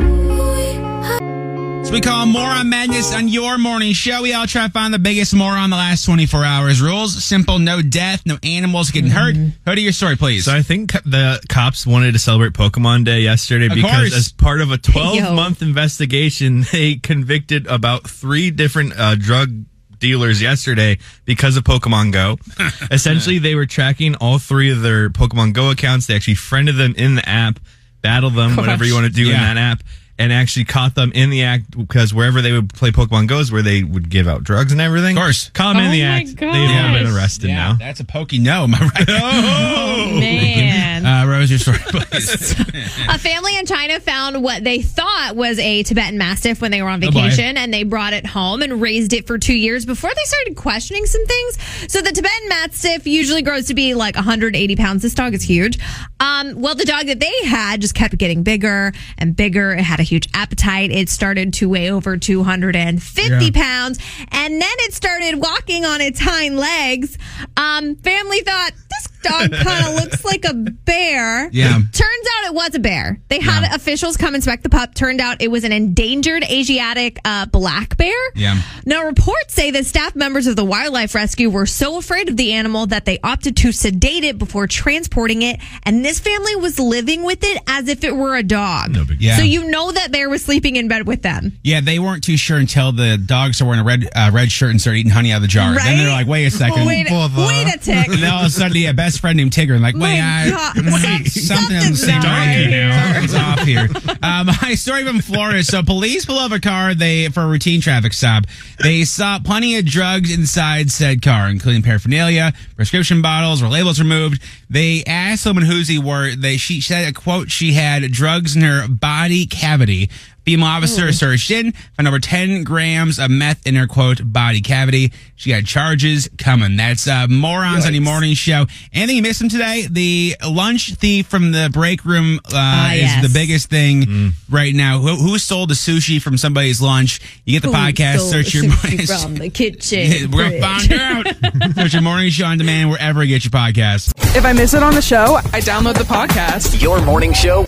So we call moron madness on your morning show. We all try to find the biggest moron in the last 24 hours. Rules simple: no death, no animals getting hurt. Hoodie, your story, please. So I think co- the cops wanted to celebrate Pokemon Day yesterday Of because, course. as part of a 12 month investigation, they convicted about three different uh, drug dealers yesterday because of Pokemon Go. Essentially, they were tracking all three of their Pokemon Go accounts. They actually friended them in the app, battled them, whatever you want to do in Yeah. that app. And actually caught them in the act because wherever they would play Pokemon Go is where they would give out drugs and everything. Of course. Caught them in Oh the my act. They've all been gosh. arrested Yeah, now. That's a pokey no, am I right? Oh, man. Uh, Rose, your story, please. A family in China found what they thought was a Tibetan Mastiff when they were on Oh, boy. vacation, and they brought it home and raised it for two years before they started questioning some things. So the Tibetan Mastiff usually grows to be like 180 pounds. This dog is huge. Um, well, the dog that they had just kept getting bigger and bigger. It had a huge appetite. It started to weigh over 250 Yeah. pounds pounds. And then it started walking on its hind legs. Um, family thought this dog kind of looks like a bear. Yeah. Turns out it was a bear. They had officials come inspect the pup. Turned out it was an endangered Asiatic uh, black bear. Yeah. Now, reports say that staff members of the wildlife rescue were so afraid of the animal that they opted to sedate it before transporting it. And this family was living with it as if it were a dog. No big deal. So Yeah. you know that bear was sleeping in bed with them. Yeah, they weren't too sure until the dogs are wearing a red uh, red shirt and start eating honey out of the jar. Then they're Right? like, wait a second. Wait- wait a tick. And then all of a sudden, yeah, best friend named Tigger. And like, wait, I, God, some- wait something doesn't something's seem not right right here. here. Something's off here. Uh, my story from Florida. So police pull up a car they for a routine traffic stop. They saw plenty of drugs inside said car, including paraphernalia, prescription bottles, or labels removed. They asked someone whose he were. They she said a quote she had drugs in her body cavity. Female officer searched in, found over 10 grams of meth in her quote body cavity. She got charges coming. That's uh, morons on your morning show. Anything you missed from today? The lunch thief from the break room uh, Ah, is yes. the biggest thing right now. Who, who stole the sushi from somebody's lunch? You get the podcast, search your morning. Um, from the Yeah, kitchen. We're gonna find out. search your morning show on demand wherever you get your podcast. If I miss it on the show, I download the podcast. Your morning show.